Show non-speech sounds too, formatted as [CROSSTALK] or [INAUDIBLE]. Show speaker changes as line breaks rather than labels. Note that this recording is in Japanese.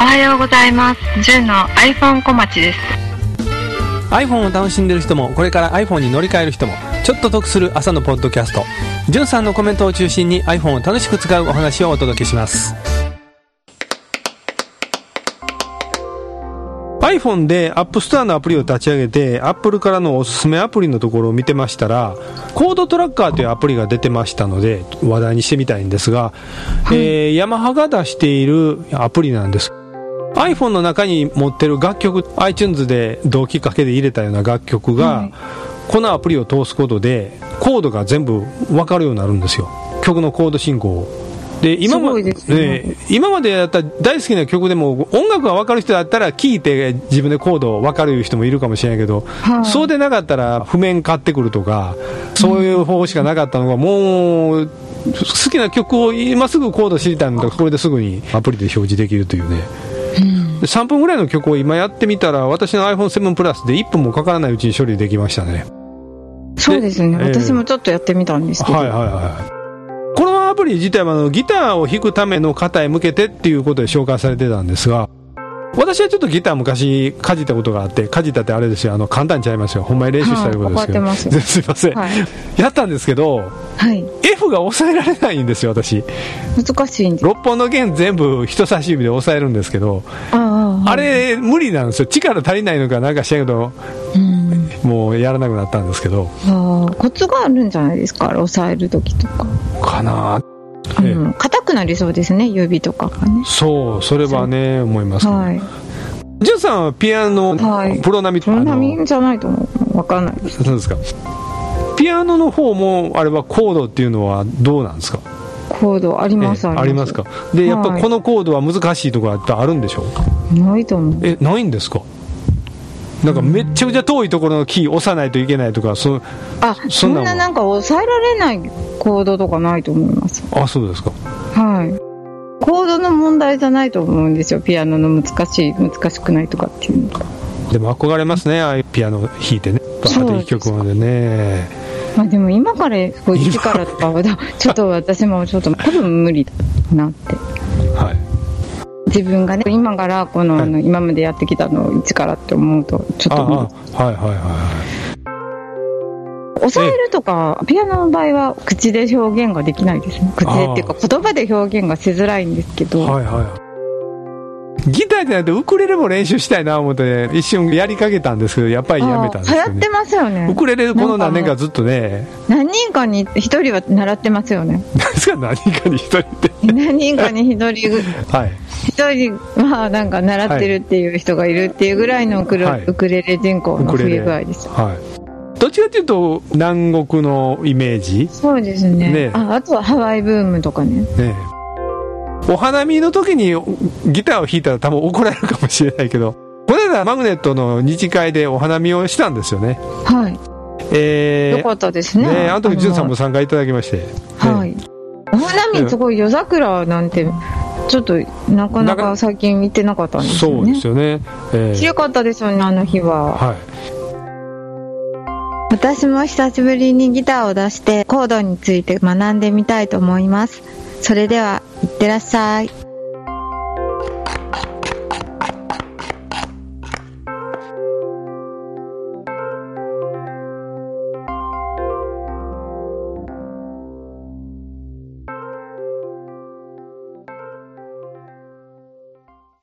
おはようございます。ジュンの iPhone 小町です。
iPhone を楽しんでる人もこれから iPhone に乗り換える人もちょっと得する朝のポッドキャストじゅんさんのコメントを中心に iPhone を楽しく使うお話をお届けします
iPhone で App Store のアプリを立ち上げて Apple からのおすすめアプリのところを見てましたらコードトラッカーというアプリが出てましたので話題にしてみたいんですが、えーヤマハが出しているアプリなんです iPhone の中に持ってる楽曲 iTunes で同期掛けで入れたような楽曲が、このアプリを通すことでコードが全部分かるようになるんですよ曲のコード進行をで今
す
ま
ごいですね
ええ今までやった大好きな曲でも音楽が分かる人だったら聴いて自分でコード分かる人もいるかもしれないけど、
はい
そうでなかったら譜面買ってくるとかそういう方法しかなかったのが、もう好きな曲を今すぐコード知りたいんだからこれですぐにアプリで表示できるというね。で3分ぐらいの曲を今やってみたら私の iPhone7 プラスで1分もかからないうちに処理できましたね
そうですね。
ええ
私もちょっとやってみたんですけ
はい
ど。
はいはいこのアプリ自体はあのギターを弾くための方へ向けてっていうことで紹介されてたんですが私はちょっとギター昔かじったことがあってかじったってあれですよあの簡単にちゃいますよほんまに練習したということですけど、
はい怒ってます
すいません、
はい。
やったんですけど
はい。
F が抑えられないんですよ私
難しいんです。
6本の弦全部人差し指で押さえるんですけど
ああああ
あれ無理なんですよ力足りないのかなんかしないけど
うん。
もうやらなくなったんですけど
ああコツがあるんじゃないですか。あれ押さえるときとか。
かなぁ
あ
ええ
の、硬くなりそうですね。指とかがね。
そうそれはね思いますね、
はい。
ジュンさんはピアノ、
はい
プロ並み
プロ並
あの
みじゃないと思う。わかんないです。
そうですかピアノの方もあれはコードっていうのはどうなんですか
コードあります、
ええありますかで、やっぱこのコードは難しいところってあるんでしょう
ないと思う。
えないんですかなんかめっちゃくちゃ遠いところのキー押さないといけないとかそう
あ、
そ
そ
ん
ん
なもん
ななんか抑えられないコードとかないと思います。
あそうですか
はい。コードの問題じゃないと思うんですよ。ピアノの難しい、難しくないとかっていうのが。
でも憧れますねああいうピアノ弾いてねバーって一曲までね
まあでも今からこう一からとかは、ちょっと私もちょっと多分無理だなって。
はい
自分がね、今からこの、
はい
あの今までやってきたのを一からって思うと、ちょっ
あ
と
あ
無
はい
理。
はいはいはい
抑えるとか、ピアノの場合は口で表現ができないですね。口でっていうか言葉で表現がしづらいんですけど。
はいはいギターじゃなくてウクレレも練習したいな思って一瞬やりかけたんですけどやっぱりやめたんです
あ
よ
あ流行っ
ね
てますよ
ウ
ね。
クレレこの何年かずっとね [LAUGHS]
何人かに一人は習ってますよね。
何ですか何かに一人で
何人かに一人ぐ、
はい
一人、まあなんか習ってるっていう人がいるっていうぐらいのウクレ,、
はい
ウクレレ人口
ウ
の
ク
増
レレ
え具合です。
はいどっちかっていうと南国のイメージ
そうですね
ね
あ。あとはハワイブームとかね。
ねお花見の時にギターを弾いたら多分怒られるかもしれないけどこの間マグネットの二次会でお花見をしたんですよね
はい。
えー
よかったですね。
ねあの時じゅんさんも参加いただきまして、
は
ね
い。お花見すごい夜桜なんて、ちょっとなかなか最近見てなかったんです
そ
よ
う
ね
で。すよね、えー
強かったですよね、あの日は。
はい
私も久しぶりにギターを出してコードについて学んでみたいと思います。それでは、いってらっしゃい。